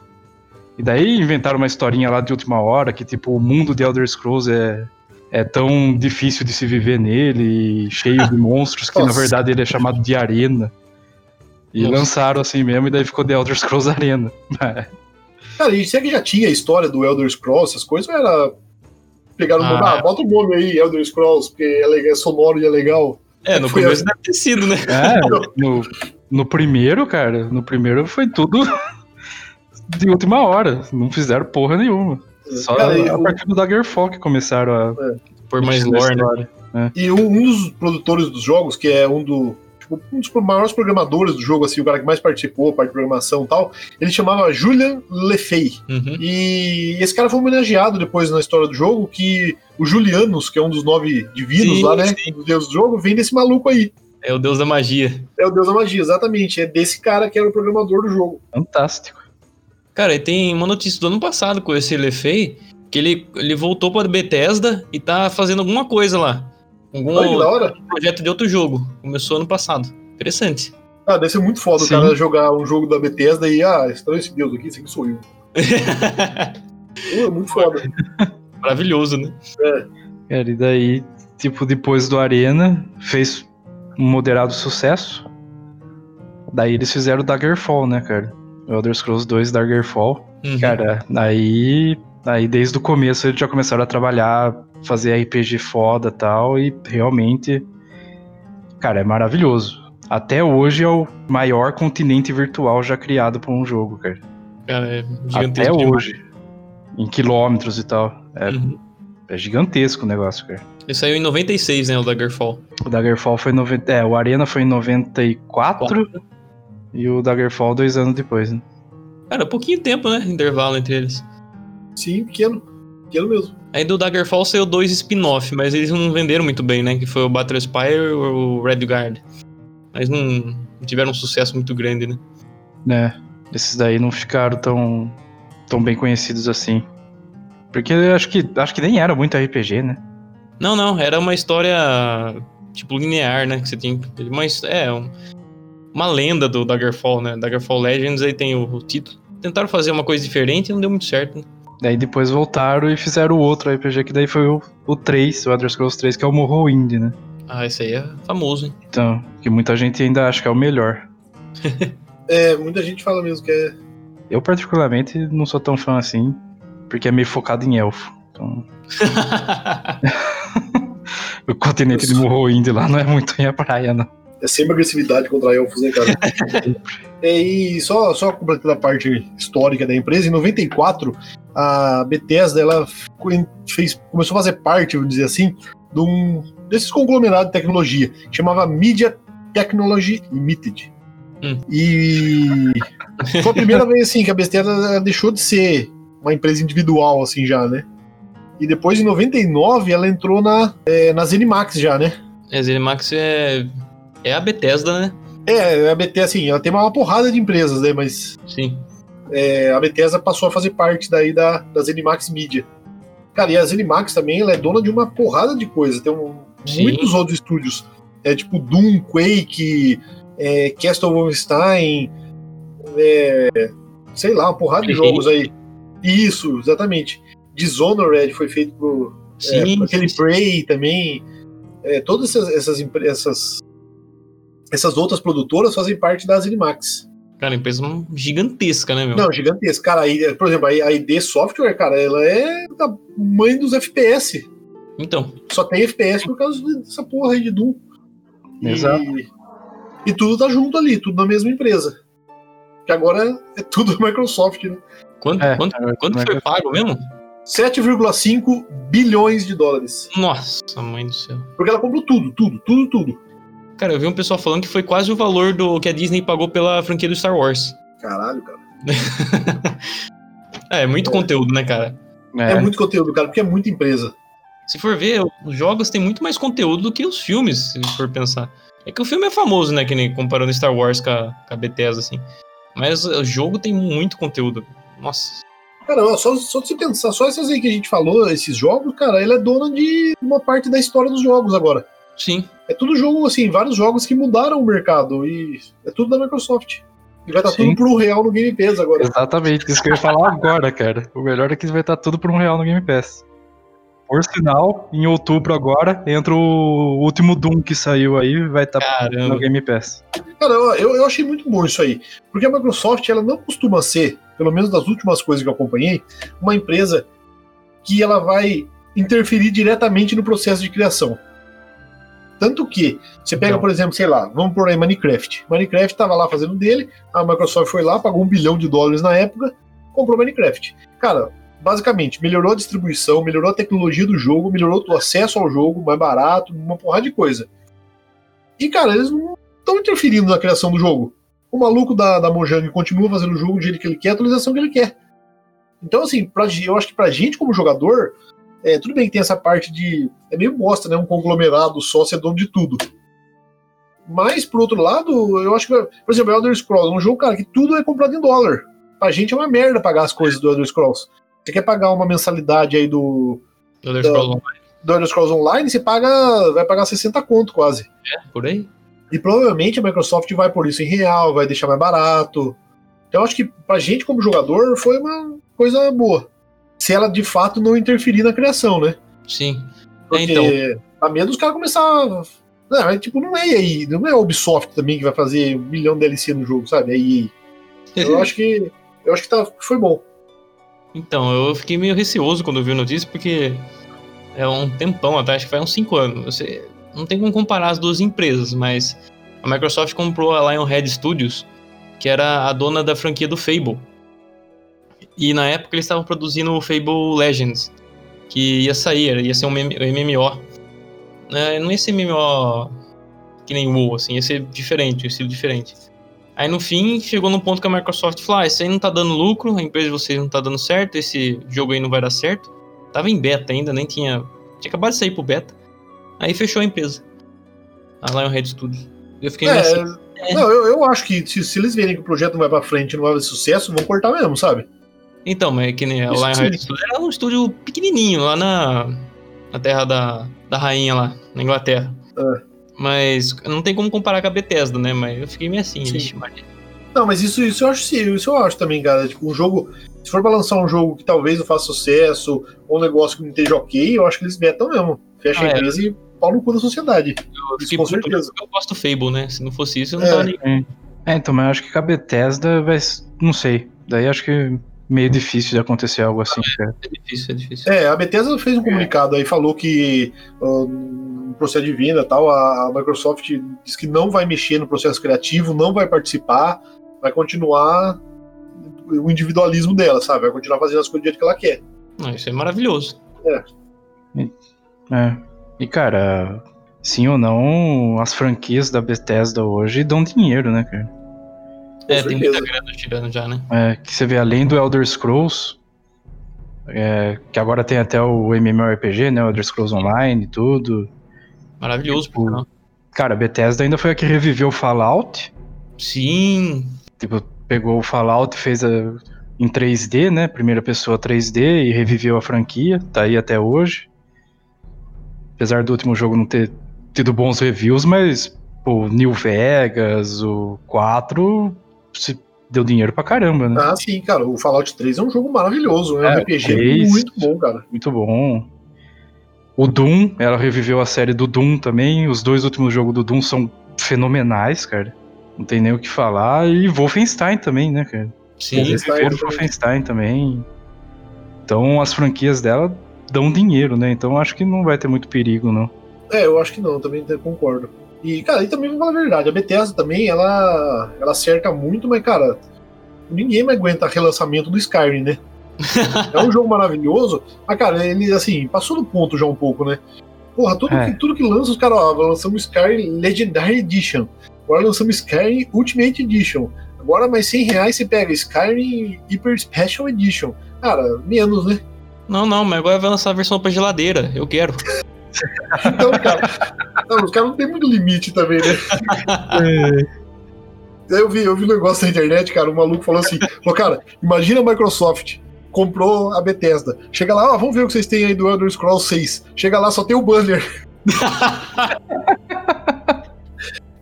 [SPEAKER 4] E daí inventaram uma historinha lá de última hora que, tipo, o mundo de Elder Scrolls é, é tão difícil de se viver nele e cheio de monstros que, na
[SPEAKER 3] Nossa.
[SPEAKER 4] verdade, ele é chamado de Arena. E
[SPEAKER 5] Nossa.
[SPEAKER 4] lançaram assim mesmo e daí ficou The Elder Scrolls Arena.
[SPEAKER 3] Cara, e será que já tinha a história do Elder Scrolls, essas coisas, ou era. Pegaram um
[SPEAKER 5] Ah,
[SPEAKER 3] nome, ah,
[SPEAKER 5] é.
[SPEAKER 3] bota o nome aí, Elder Scrolls, porque é, legal, é sonoro e é legal.
[SPEAKER 5] É, no
[SPEAKER 3] Foi
[SPEAKER 5] começo deve ter sido, né?
[SPEAKER 4] É, no, no primeiro, cara, no primeiro foi tudo de última hora. Não fizeram porra nenhuma. Só
[SPEAKER 3] Cara, e,
[SPEAKER 4] a
[SPEAKER 3] o-
[SPEAKER 4] partir do Daggerfall que começaram a.
[SPEAKER 5] Por mais
[SPEAKER 4] mexer na
[SPEAKER 5] lore, né?
[SPEAKER 4] história.
[SPEAKER 3] e um, um dos produtores dos jogos, que é um do. tipo, um dos maiores programadores do jogo, assim, o cara que mais participou, parte de programação e tal, ele chamava Julian Lefey.
[SPEAKER 5] Uhum.
[SPEAKER 3] E esse cara foi homenageado depois na história do jogo, que o Julianos, que é um dos nove divinos
[SPEAKER 5] Sim,
[SPEAKER 3] lá, né?
[SPEAKER 5] sim.
[SPEAKER 3] O deus do jogo, vem desse maluco aí.
[SPEAKER 5] É o deus da magia.
[SPEAKER 3] É o deus da magia, exatamente. É desse cara que era o programador do jogo.
[SPEAKER 4] Fantástico.
[SPEAKER 5] Cara, e tem uma notícia do ano passado com esse Lefei, que ele, ele voltou pra Bethesda e tá fazendo alguma coisa lá. Algum
[SPEAKER 3] Olha que da hora.
[SPEAKER 5] projeto de outro jogo. Começou ano passado. Interessante.
[SPEAKER 3] Ah, deve ser muito foda
[SPEAKER 4] Sim.
[SPEAKER 3] o cara jogar um jogo da Bethesda e, ah, estranho esse deus aqui, esse aqui sou eu. Pô, é muito foda.
[SPEAKER 5] Maravilhoso, né?
[SPEAKER 4] Cara, e daí, tipo, depois do Arena, fez um moderado sucesso. Daí eles fizeram o Daggerfall, né, cara? O Elder Scrolls 2 Daggerfall.
[SPEAKER 5] Uhum.
[SPEAKER 4] Cara, aí, aí desde o começo eles já começaram a trabalhar, fazer RPG foda tal, e realmente, cara, é maravilhoso. Até hoje é o maior continente virtual já criado por um jogo, cara.
[SPEAKER 5] Cara, é gigantesco.
[SPEAKER 4] Até
[SPEAKER 5] demais.
[SPEAKER 4] hoje. Em quilômetros e tal. É,
[SPEAKER 5] Uhum.
[SPEAKER 4] é gigantesco o negócio, cara.
[SPEAKER 5] Ele saiu em 96, né, o Daggerfall.
[SPEAKER 4] O Daggerfall foi em 90. É, o Arena foi em 94 e o Daggerfall dois anos depois, né?
[SPEAKER 5] Cara, pouquinho tempo, né, intervalo entre eles.
[SPEAKER 3] Sim, pequeno. Pequeno mesmo.
[SPEAKER 5] Aí do Daggerfall saiu dois spin-off, mas eles não venderam muito bem, né, que foi o Battle Spire e o Red Guard. Mas não tiveram um sucesso muito grande, né.
[SPEAKER 4] né? Esses daí não ficaram tão, tão bem conhecidos assim. Porque eu acho que, acho que nem era muito RPG, né?
[SPEAKER 5] Não, não, era uma história, tipo, linear, né, que você tinha... Mas, é, um- uma lenda do Daggerfall, né, Daggerfall Legends, aí tem o, o título. Tentaram fazer uma coisa diferente e não deu muito certo, né.
[SPEAKER 4] Daí depois voltaram e fizeram o outro RPG, que daí foi o, o 3, o Elder Scrolls 3, que é o Morrowind, né?
[SPEAKER 5] Ah, esse aí é famoso, hein?
[SPEAKER 4] Então, que muita gente ainda acha que é o melhor.
[SPEAKER 3] É, muita gente fala mesmo que é.
[SPEAKER 4] Eu, particularmente, não sou tão fã assim, porque é meio focado em elfo. Então, o continente de
[SPEAKER 3] Isso.
[SPEAKER 4] Morrowind lá não é muito minha praia, não.
[SPEAKER 3] É sempre agressividade contra elfos, né, cara? É, e só, só completando a parte histórica da empresa, em 94, a Bethesda ela ficou em- fez, começou a fazer parte, vamos dizer assim, de um, desses conglomerados de tecnologia. Chamava Media Technology Limited.
[SPEAKER 5] Hum.
[SPEAKER 3] E foi a primeira vez assim, que a Bethesda ela deixou de ser uma empresa individual, assim, já, né? E depois, em 99, ela entrou na, eh, na Zenimax já, né?
[SPEAKER 5] É, Zenimax é. É a Bethesda, né?
[SPEAKER 3] É, a BT, assim, ela tem uma porrada de empresas, né? Mas
[SPEAKER 5] Sim.
[SPEAKER 3] é, a Bethesda passou a fazer parte daí da, da Zenimax Media. Cara, e a Zenimax também, ela é dona de uma porrada de coisa. Tem um-
[SPEAKER 5] Sim.
[SPEAKER 3] muitos outros estúdios. É tipo Doom, Quake, é, Castle Wolfenstein, é, sei lá, uma porrada de
[SPEAKER 5] Prey.
[SPEAKER 3] jogos aí. Isso, exatamente. Dishonored foi feito por é,
[SPEAKER 5] Sim.
[SPEAKER 3] aquele Prey também. É, todas essas, essas, empre- essas, essas outras produtoras fazem parte da Zenimax.
[SPEAKER 5] Cara, empresa gigantesca, né, meu?
[SPEAKER 3] Não, gigantesco. Cara, aí, por exemplo, a ID Software, cara, ela é da mãe dos FPS.
[SPEAKER 5] Então,
[SPEAKER 3] Só tem FPS por causa dessa porra aí de Doom. E-
[SPEAKER 4] Exato.
[SPEAKER 3] E, tudo tá junto ali, tudo na mesma empresa. Que agora é tudo Microsoft, né?
[SPEAKER 5] quanto,
[SPEAKER 4] É,
[SPEAKER 5] quanto,
[SPEAKER 4] agora
[SPEAKER 5] quanto
[SPEAKER 4] como é
[SPEAKER 5] foi
[SPEAKER 4] que-
[SPEAKER 5] pago mesmo?
[SPEAKER 3] 7,5 bilhões de dólares.
[SPEAKER 5] Nossa, mãe do céu.
[SPEAKER 3] Porque ela comprou tudo, tudo, tudo, tudo.
[SPEAKER 5] Cara, eu vi um pessoal falando que foi quase o valor do que a Disney pagou pela franquia do Star Wars.
[SPEAKER 3] Caralho, cara.
[SPEAKER 5] É, é muito conteúdo, né, cara?
[SPEAKER 3] É.
[SPEAKER 4] É,
[SPEAKER 3] muito conteúdo, cara, porque é muita empresa.
[SPEAKER 5] Se for ver, os jogos têm muito mais conteúdo do que os filmes, se for pensar. É que o filme é famoso, né, que nem comparando Star Wars com a, com a Bethesda, assim. Mas o jogo tem muito conteúdo. Nossa.
[SPEAKER 3] Cara, ó, só, só de você pensar, só essas aí que a gente falou, esses jogos, cara, ela é dona de uma parte da história dos jogos agora.
[SPEAKER 5] Sim.
[SPEAKER 3] É tudo jogo, assim, vários jogos que mudaram o mercado. E é tudo da Microsoft. E vai estar
[SPEAKER 4] Sim.
[SPEAKER 3] tudo pro real no Game Pass agora.
[SPEAKER 4] exatamente, isso que eu ia falar agora, cara. O melhor é que vai estar tudo por um real no Game Pass. Por sinal, em outubro agora, entra o último Doom que saiu aí, vai estar no
[SPEAKER 5] Caramba.
[SPEAKER 4] Game Pass.
[SPEAKER 3] Cara, ó, eu, eu achei muito bom isso aí. Porque a Microsoft, ela não costuma ser, pelo menos das últimas coisas que eu acompanhei, uma empresa que ela vai interferir diretamente no processo de criação. Tanto que, você pega,
[SPEAKER 5] Então.
[SPEAKER 3] por exemplo, sei lá, vamos por aí Minecraft. Minecraft estava lá fazendo dele, a Microsoft foi lá, pagou um bilhão de dólares na época, comprou Minecraft. Cara, basicamente, melhorou a distribuição, melhorou a tecnologia do jogo, melhorou o acesso ao jogo, mais barato, uma porrada de coisa. E, cara, eles não estão interferindo na criação do jogo. O maluco da, da Mojang continua fazendo o jogo do jeito que ele quer, a atualização que ele quer. Então, assim, pra, ge- eu acho que pra gente como jogador, é, tudo bem que tem essa parte de. É meio bosta, né? Um conglomerado só ser dono de tudo. Mas, por outro lado, eu acho que. Por exemplo, Elder Scrolls é um jogo, cara, que tudo é comprado em dólar. Pra gente é uma merda pagar as coisas do Elder Scrolls. Você quer pagar uma mensalidade aí do,
[SPEAKER 5] Elder Scrolls Online,
[SPEAKER 3] do Elder Scrolls Online, você paga. Vai pagar 60 conto quase.
[SPEAKER 5] por aí?
[SPEAKER 3] E provavelmente a Microsoft vai por isso em real, vai deixar mais barato. Então acho que pra gente como jogador foi uma coisa boa. Se ela de fato não interferir na criação, né?
[SPEAKER 5] Sim. É,
[SPEAKER 3] Porque
[SPEAKER 5] então.
[SPEAKER 3] a medo dos caras começar a... Não, é tipo, não é aí, não é a Ubisoft também que vai fazer um milhão de DLC no jogo, sabe? É EA. Eu acho que eu acho que tá, foi bom.
[SPEAKER 5] Então, eu fiquei meio receoso quando eu vi a notícia, porque é um tempão atrás, acho que faz uns 5 anos. Você não tem como comparar as duas empresas, mas a Microsoft comprou a Lionhead Studios, que era a dona da franquia do Fable. E na época eles estavam produzindo o Fable Legends, que ia sair, ia ser um M- MMO. Né, Não ia ser MMO que nem o WoW, assim, ia ser diferente, um estilo diferente. Aí no fim, chegou num ponto que a Microsoft falou: ah, isso aí não tá dando lucro, a empresa de vocês não tá dando certo, esse jogo aí não vai dar certo. Tava em beta ainda, nem tinha. Tinha acabado de sair pro beta. Aí fechou a empresa. A Lionhead Studios. Eu fiquei meio assim,
[SPEAKER 3] É, Não, eu, eu acho que se, se eles verem que o projeto não vai pra frente, não vai fazer sucesso, vão cortar mesmo, sabe?
[SPEAKER 5] Então, mas é que nem o
[SPEAKER 3] Isso
[SPEAKER 5] Lionheart
[SPEAKER 3] sim.
[SPEAKER 5] Studio era um estúdio pequenininho lá na, na terra da, da rainha lá, na Inglaterra.
[SPEAKER 3] É.
[SPEAKER 5] Mas não tem como comparar com a Bethesda, né? Mas eu fiquei meio assim,
[SPEAKER 3] Sim.
[SPEAKER 5] ixi, Maria.
[SPEAKER 3] Não, mas isso, isso eu acho sim, isso eu acho também, cara. Tipo, um jogo. Se for pra lançar um jogo que talvez não faça sucesso, ou um negócio que não esteja ok, eu acho que eles vetam mesmo. Fecha
[SPEAKER 5] Ah,
[SPEAKER 3] a
[SPEAKER 5] é.
[SPEAKER 3] empresa e pau no cu da sociedade.
[SPEAKER 5] Eu
[SPEAKER 3] Isso,
[SPEAKER 5] fiquei
[SPEAKER 3] com
[SPEAKER 5] puto,
[SPEAKER 3] certeza.
[SPEAKER 5] porque Eu gosto do Fable, né? Se não fosse isso, eu não
[SPEAKER 3] É.
[SPEAKER 5] tava nem.
[SPEAKER 4] É, então, mas eu acho que com a Bethesda vai. s- Não sei. Daí acho que é meio difícil de acontecer algo assim, cara.
[SPEAKER 5] É difícil, é difícil.
[SPEAKER 3] É, a Bethesda fez um comunicado aí, falou que ó, no processo de venda e tal, a a Microsoft diz que não vai mexer no processo criativo, não vai participar, vai continuar o individualismo dela, sabe? Vai continuar fazendo as coisas do jeito que ela quer.
[SPEAKER 5] Não, isso é maravilhoso.
[SPEAKER 4] É. E, cara, sim ou não, as franquias da Bethesda hoje dão dinheiro, né, cara?
[SPEAKER 3] Com
[SPEAKER 5] é, tem muita
[SPEAKER 3] certeza.
[SPEAKER 5] grana tirando já, né?
[SPEAKER 4] É, que você vê além do Elder Scrolls, é, que agora tem até o MMORPG, né? O Elder Scrolls Online e tudo.
[SPEAKER 5] Maravilhoso,
[SPEAKER 3] Tipo,
[SPEAKER 5] por sinal.
[SPEAKER 4] Cara, a Bethesda ainda foi a que reviveu o Fallout.
[SPEAKER 5] Sim.
[SPEAKER 4] Tipo, pegou o Fallout, fez a, em 3D, né? Primeira pessoa 3D e reviveu a franquia. Tá aí até hoje. Apesar do último jogo não ter tido bons reviews, mas pô, o New Vegas, o 4, se- deu dinheiro pra caramba, né?
[SPEAKER 3] Ah, sim, cara, o Fallout 3 é um jogo maravilhoso, é um
[SPEAKER 4] É,
[SPEAKER 3] RPG
[SPEAKER 4] três.
[SPEAKER 3] muito bom, cara.
[SPEAKER 4] Muito bom. O Doom, ela reviveu a série do Doom também. Os dois últimos jogos do Doom são fenomenais, cara. Não tem nem o que falar. E Wolfenstein também, né, cara?
[SPEAKER 5] Sim.
[SPEAKER 3] Wolfenstein
[SPEAKER 4] Primeiro
[SPEAKER 3] também.
[SPEAKER 4] Wolfenstein também. Então as franquias dela dão dinheiro, né? Então acho que não vai ter muito perigo, não.
[SPEAKER 3] É, eu acho que não, também te- concordo. E, cara, e também vou falar a verdade, a Bethesda também, ela, ela acerta muito, mas, cara, ninguém mais aguenta relançamento do Skyrim, né? É um jogo maravilhoso, mas, cara, ele, assim, passou do ponto já um pouco, né? Porra, tudo,
[SPEAKER 4] É.
[SPEAKER 3] que, tudo que lança, os caras, ó, lançamos Skyrim Legendary Edition, agora lançamos Skyrim Ultimate Edition, agora mais 100 reais você pega Skyrim Hyper Special Edition. Cara, menos, né?
[SPEAKER 5] Não, não, mas agora vai lançar a versão pra geladeira. Eu quero.
[SPEAKER 3] Então, cara, não, os caras não tem muito limite também, né? Daí Eu vi, eu vi um negócio na internet, cara, um maluco falou assim, falou, cara, imagina a Microsoft comprou a Bethesda. Chega lá, ó, vamos ver o que vocês têm aí do Elder Scrolls 6. Chega lá, só tem o banner.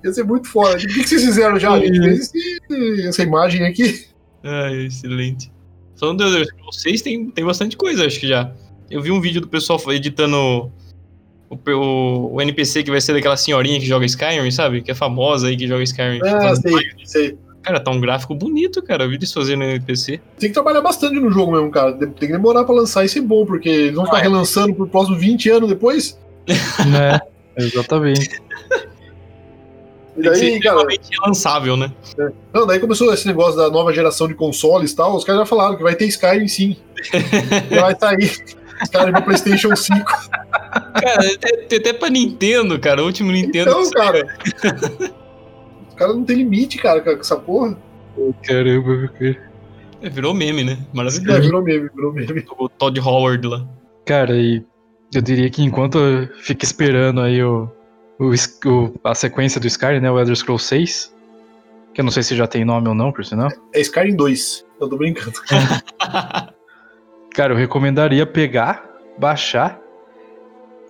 [SPEAKER 3] Ia ser muito foda. Tipo, O que que vocês fizeram já? A gente fez esse- essa imagem aqui.
[SPEAKER 5] Ai, Ah, excelente. Só no Deus, vocês tem, tem bastante coisa, acho que já. Eu vi um vídeo do pessoal editando o, pe- o, o NPC que vai ser daquela senhorinha que joga Skyrim, sabe? Que é famosa aí que joga Skyrim.
[SPEAKER 3] Ah, sei, sei.
[SPEAKER 5] Cara, tá um gráfico bonito, cara. Eu vi eles fazendo no NPC.
[SPEAKER 3] Tem que trabalhar bastante no jogo mesmo, cara. Tem que demorar pra lançar e ser bom, porque eles vão ficar
[SPEAKER 5] Ah, é.
[SPEAKER 3] relançando pro próximo 20 anos depois.
[SPEAKER 4] né? Exatamente.
[SPEAKER 3] E
[SPEAKER 5] Tem que
[SPEAKER 3] daí,
[SPEAKER 5] ser
[SPEAKER 3] cara,
[SPEAKER 5] realmente lançável, né?
[SPEAKER 3] Não, daí começou esse negócio da nova geração de consoles e tal. Os caras já falaram que vai ter Skyrim sim. Já vai sair. Skyrim pra PlayStation 5.
[SPEAKER 5] Cara, até, tem até pra Nintendo, cara. O último Nintendo.
[SPEAKER 3] Então,
[SPEAKER 5] que saiu.
[SPEAKER 3] cara. Os caras não tem limite, cara, com essa porra.
[SPEAKER 4] Caramba, cara.
[SPEAKER 5] É, virou meme, né?
[SPEAKER 3] É,
[SPEAKER 5] Maravilhoso.
[SPEAKER 3] virou meme, virou meme.
[SPEAKER 5] O Todd Howard lá.
[SPEAKER 4] Cara, e eu diria que enquanto eu fico esperando aí o, o, es- o- a sequência do Skyrim, né? O Elder Scrolls 6. Que eu não sei se já tem nome ou não, por sinal.
[SPEAKER 3] É Skyrim 2. Eu tô brincando.
[SPEAKER 4] Cara, eu recomendaria pegar, baixar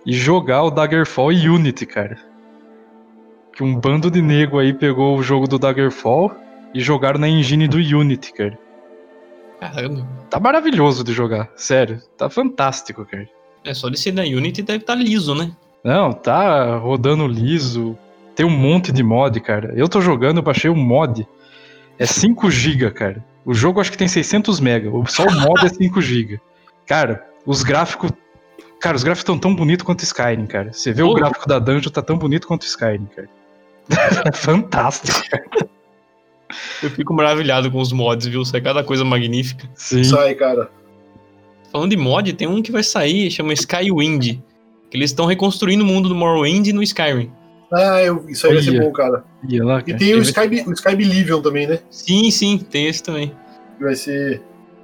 [SPEAKER 4] e jogar o Daggerfall e Unity, cara. Que um bando de nego aí pegou o jogo do Daggerfall e jogaram na engine do Unity, cara.
[SPEAKER 5] Caramba.
[SPEAKER 4] Tá maravilhoso de jogar, sério. Tá fantástico, cara.
[SPEAKER 5] É só de ser na Unity deve estar liso, né?
[SPEAKER 4] Não, tá rodando liso. Tem um monte de mod, cara. Eu tô jogando, eu baixei um mod. É 5GB, cara. O jogo acho que tem 600 mega. o- Só o mod é 5GB. Cara, os gráficos. Cara, os gráficos estão tão bonitos quanto Skyrim, cara. Você vê o
[SPEAKER 5] Pô.
[SPEAKER 4] gráfico da dungeon, tá tão bonito quanto Skyrim, cara. é fantástico.
[SPEAKER 5] Eu fico maravilhado com os mods, viu? Sai cada coisa magnífica.
[SPEAKER 4] Sim.
[SPEAKER 3] Sai, cara.
[SPEAKER 5] Falando de mod, tem um que vai sair, chama Skywind. Que eles estão reconstruindo o mundo do Morrowind no Skyrim.
[SPEAKER 3] Ah, eu- isso aí vai ser
[SPEAKER 4] Olha. É,
[SPEAKER 3] bom, cara.
[SPEAKER 4] Ia lá,
[SPEAKER 3] E
[SPEAKER 4] cara.
[SPEAKER 3] tem o Sky, o Sky Believium também, né?
[SPEAKER 5] Sim, sim, tem esse também.
[SPEAKER 3] Que vai ser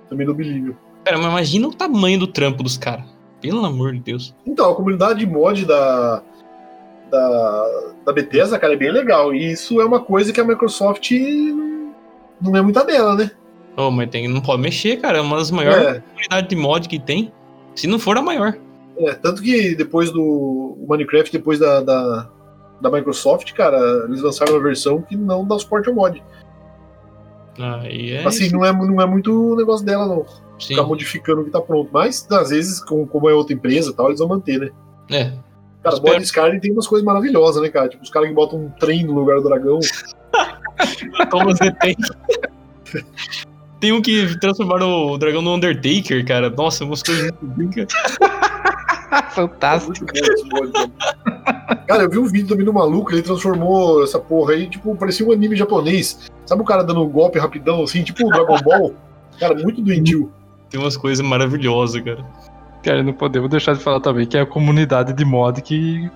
[SPEAKER 3] também do Believium.
[SPEAKER 5] Cara, mas imagina o tamanho do trampo dos caras. Pelo amor de Deus.
[SPEAKER 3] Então, a comunidade de mod da, da, da Bethesda, cara, é bem legal. E isso é uma coisa que a Microsoft não é muita dela, né?
[SPEAKER 5] Ô, mas tem, não pode mexer, cara. É uma das maiores
[SPEAKER 3] É,
[SPEAKER 5] comunidades de mod que tem. Se não for a maior.
[SPEAKER 3] é, tanto que depois do o Minecraft, depois da, da, da Microsoft, cara, eles lançaram uma versão que não dá suporte ao mod.
[SPEAKER 5] Aí é.
[SPEAKER 3] assim, não é, mu- não é muito o negócio dela, não.
[SPEAKER 5] sim.
[SPEAKER 3] Ficar modificando o que tá pronto. Mas, às vezes, com- como é outra empresa e tal, eles vão manter, né?
[SPEAKER 5] É.
[SPEAKER 3] Cara,
[SPEAKER 5] Espero.
[SPEAKER 3] Boris Skyrim tem umas coisas maravilhosas, né, cara? Tipo, os caras que botam um trem no lugar do dragão.
[SPEAKER 5] Thomas the Tank. Então Tem um que transformaram o dragão no Undertaker, cara. Nossa, umas coisas muito brinca.
[SPEAKER 2] Fantástico.
[SPEAKER 3] Muito bom esse Boris, mano. cara, eu vi um vídeo também do maluco, ele transformou essa porra aí, tipo, parecia um anime japonês. Sabe o cara dando um golpe rapidão, assim, tipo o Dragon Ball? Cara, muito doentio.
[SPEAKER 5] Tem umas coisas maravilhosas, cara.
[SPEAKER 4] Cara, não podemos deixar de falar também que é a comunidade de mod que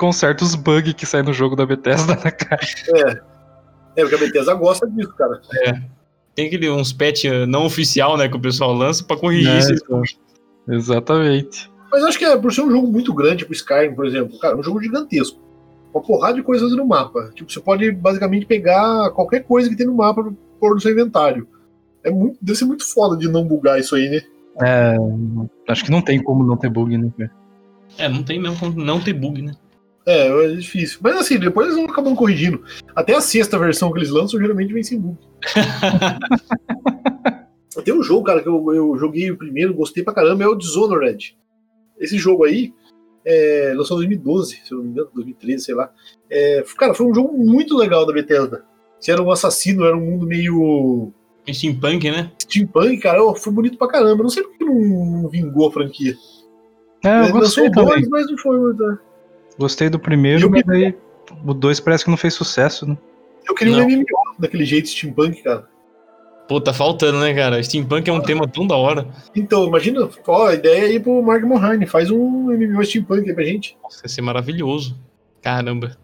[SPEAKER 4] conserta os bugs que saem no jogo da Bethesda, né, cara?
[SPEAKER 3] É, porque a Bethesda gosta disso, cara.
[SPEAKER 5] Tem aquele, uns patch eh, não oficial, né, que o pessoal lança pra
[SPEAKER 3] Né,
[SPEAKER 5] corrigir isso.
[SPEAKER 3] então,
[SPEAKER 4] Exatamente.
[SPEAKER 3] Mas eu acho que é, por ser um jogo muito grande, tipo Skyrim, por exemplo, cara, é um jogo gigantesco. Uma porrada de coisas no mapa. Tipo, você pode basicamente pegar qualquer coisa que tem no mapa pra pôr no seu inventário. É muito, deve ser muito foda de não bugar isso aí, né?
[SPEAKER 4] É, acho que não tem como não ter bug, né, cara?
[SPEAKER 5] É, não tem mesmo como não ter bug, né?
[SPEAKER 3] É, é difícil. Mas assim, depois eles vão acabando corrigindo. Até a sexta versão que eles lançam, geralmente vem sem bug. Tem um jogo, cara, que eu, eu joguei o primeiro, gostei pra caramba, é o Dishonored. Esse jogo aí, é, lançou em 2012, se eu não me engano, 2013, sei lá. É, cara, foi um jogo muito legal da Bethesda. Você era um assassino, era um mundo meio
[SPEAKER 5] Tem steampunk, né?
[SPEAKER 3] steampunk, cara, ó, foi bonito pra caramba. Eu Não sei porque não, não vingou a franquia.
[SPEAKER 4] É, eu
[SPEAKER 3] Ele
[SPEAKER 4] gostei
[SPEAKER 3] lançou um
[SPEAKER 4] também.
[SPEAKER 3] dois, mas não foi né? muito.
[SPEAKER 4] Gostei do
[SPEAKER 3] E
[SPEAKER 4] primeiro,
[SPEAKER 3] o
[SPEAKER 4] mas aí o dois parece que não fez sucesso, né?
[SPEAKER 3] Eu queria
[SPEAKER 5] Não.
[SPEAKER 3] um MMO daquele jeito steampunk, cara.
[SPEAKER 5] Pô, tá faltando, né, cara? Steampunk é um tema tão da hora.
[SPEAKER 3] Então, imagina, ó, a ideia é ir pro Mark Mohane, faz um MMO steampunk aí pra gente.
[SPEAKER 5] Nossa, ia ser maravilhoso. Caramba.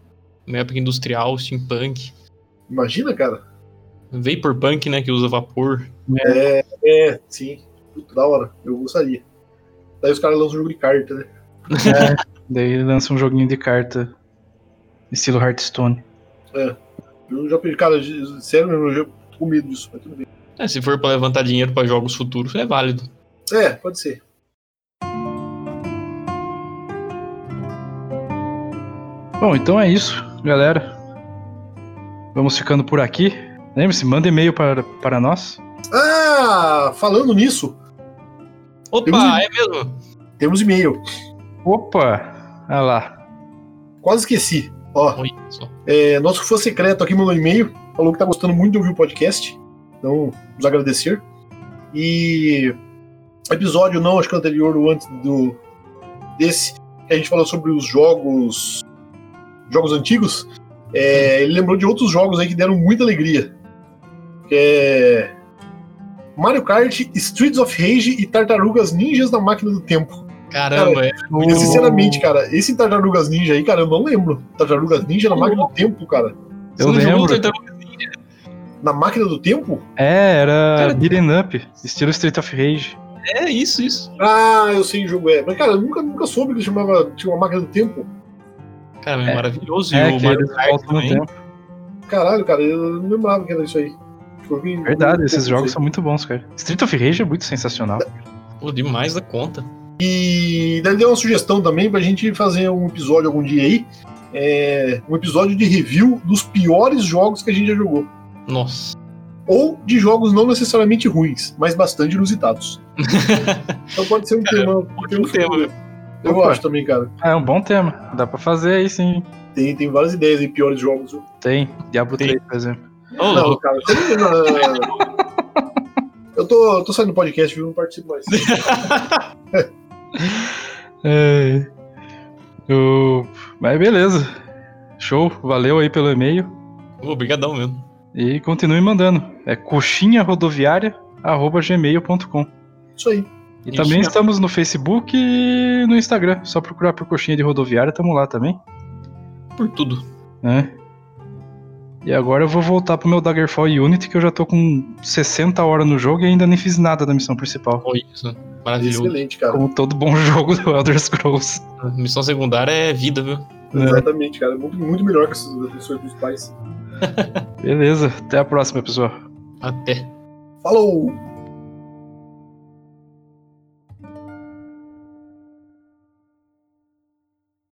[SPEAKER 5] Uma época industrial, steampunk.
[SPEAKER 3] Imagina, cara.
[SPEAKER 5] Vaporpunk, né, que usa vapor.
[SPEAKER 3] É, sim. Puta, da hora. Eu gostaria. Daí os caras lançam um jogo de carta, né?
[SPEAKER 4] Daí lança um joguinho de carta, estilo Hearthstone.
[SPEAKER 3] Eu já perdi, cara, j- sério mesmo, eu já tô com medo disso, mas tudo bem.
[SPEAKER 5] É, se for pra levantar dinheiro pra jogos futuros, é válido.
[SPEAKER 3] É, pode ser.
[SPEAKER 4] Bom, então é isso, galera. Vamos ficando por aqui. Lembre-se, manda e-mail para, para nós.
[SPEAKER 3] Ah, falando nisso,
[SPEAKER 5] Opa, é mesmo?
[SPEAKER 3] temos e-mail.
[SPEAKER 4] Opa! Ah lá.
[SPEAKER 3] Quase esqueci. Ó,
[SPEAKER 5] Olha só.
[SPEAKER 3] é, nosso fã secreto aqui mandou um e-mail, falou que tá gostando muito de ouvir o podcast. Então, nos agradecer. E episódio não, acho que é anterior ou antes do desse, que a gente falou sobre os jogos jogos antigos. é, ele lembrou de outros jogos aí que deram muita alegria. Que é Mario Kart, Streets of Rage e Tartarugas Ninjas da Máquina do Tempo.
[SPEAKER 5] Caramba, é.
[SPEAKER 4] Oh.
[SPEAKER 3] E, sinceramente, cara, esse Tartarugas Ninja aí, cara, eu não lembro. Tartarugas Ninja na Máquina do Tempo, cara.
[SPEAKER 5] Você
[SPEAKER 4] Eu
[SPEAKER 5] não jogou
[SPEAKER 4] lembro.
[SPEAKER 5] Tartaruga?
[SPEAKER 3] Na Máquina do Tempo?
[SPEAKER 4] É, era
[SPEAKER 5] Cara,
[SPEAKER 4] beating up, estilo Street of Rage.
[SPEAKER 5] É, isso, isso.
[SPEAKER 3] Ah, eu sei que jogo é. Mas, cara, eu nunca, nunca soube que chamava tinha uma Máquina do Tempo.
[SPEAKER 5] Cara, é, maravilhoso.
[SPEAKER 4] É,
[SPEAKER 5] e o
[SPEAKER 4] que
[SPEAKER 5] Mario
[SPEAKER 4] eles
[SPEAKER 5] Kart
[SPEAKER 4] voltam no
[SPEAKER 5] também.
[SPEAKER 4] tempo.
[SPEAKER 3] Caralho, cara, eu não lembrava que era isso aí. Tipo, vi-
[SPEAKER 4] Verdade, esses
[SPEAKER 3] vi-
[SPEAKER 4] jogos são muito bons, cara. Street of Rage é muito sensacional.
[SPEAKER 5] Pô, demais da conta.
[SPEAKER 3] E daí deu uma sugestão também pra gente fazer um episódio algum dia aí. é, um episódio de review dos piores jogos que a gente já jogou.
[SPEAKER 5] Nossa.
[SPEAKER 3] Ou de jogos não necessariamente ruins, mas bastante inusitados. então pode ser um tema. né?
[SPEAKER 5] Ótimo tema,
[SPEAKER 3] futuro. Eu
[SPEAKER 4] Opa.
[SPEAKER 3] acho também, cara.
[SPEAKER 4] Ah, É um bom tema. Dá pra fazer aí sim.
[SPEAKER 3] Tem, tem várias ideias aí, piores jogos.
[SPEAKER 4] Tem. Diablo
[SPEAKER 5] Tem.
[SPEAKER 4] 3, por exemplo.
[SPEAKER 5] Ô,
[SPEAKER 3] Não,
[SPEAKER 5] louco.
[SPEAKER 3] cara, eu tô- não. eu tô, eu tô saindo do podcast, viu? Não participo mais.
[SPEAKER 4] É. O- Mas beleza. Show. Valeu aí pelo e-mail.
[SPEAKER 5] Ô, Obrigadão mesmo.
[SPEAKER 4] E continue mandando. É coxinharodoviária.gmail.com
[SPEAKER 3] Isso aí.
[SPEAKER 4] E
[SPEAKER 5] Isso,
[SPEAKER 4] também
[SPEAKER 5] né?
[SPEAKER 4] estamos no Facebook e no Instagram. Só procurar por Coxinha de Rodoviária, tamo lá também.
[SPEAKER 5] Por tudo.
[SPEAKER 4] né? E agora eu vou voltar pro meu Daggerfall Unity, que eu já tô com 60 horas no jogo e ainda nem fiz nada da missão principal.
[SPEAKER 5] Olha isso. é Maravilhoso.
[SPEAKER 3] Excelente, cara.
[SPEAKER 4] Como todo bom jogo do Elder Scrolls.
[SPEAKER 5] Missão secundária é vida, viu?
[SPEAKER 3] Exatamente, cara. Muito, muito melhor que essas pessoas principais.
[SPEAKER 4] Beleza, até a próxima, pessoal.
[SPEAKER 5] Até.
[SPEAKER 3] Falou!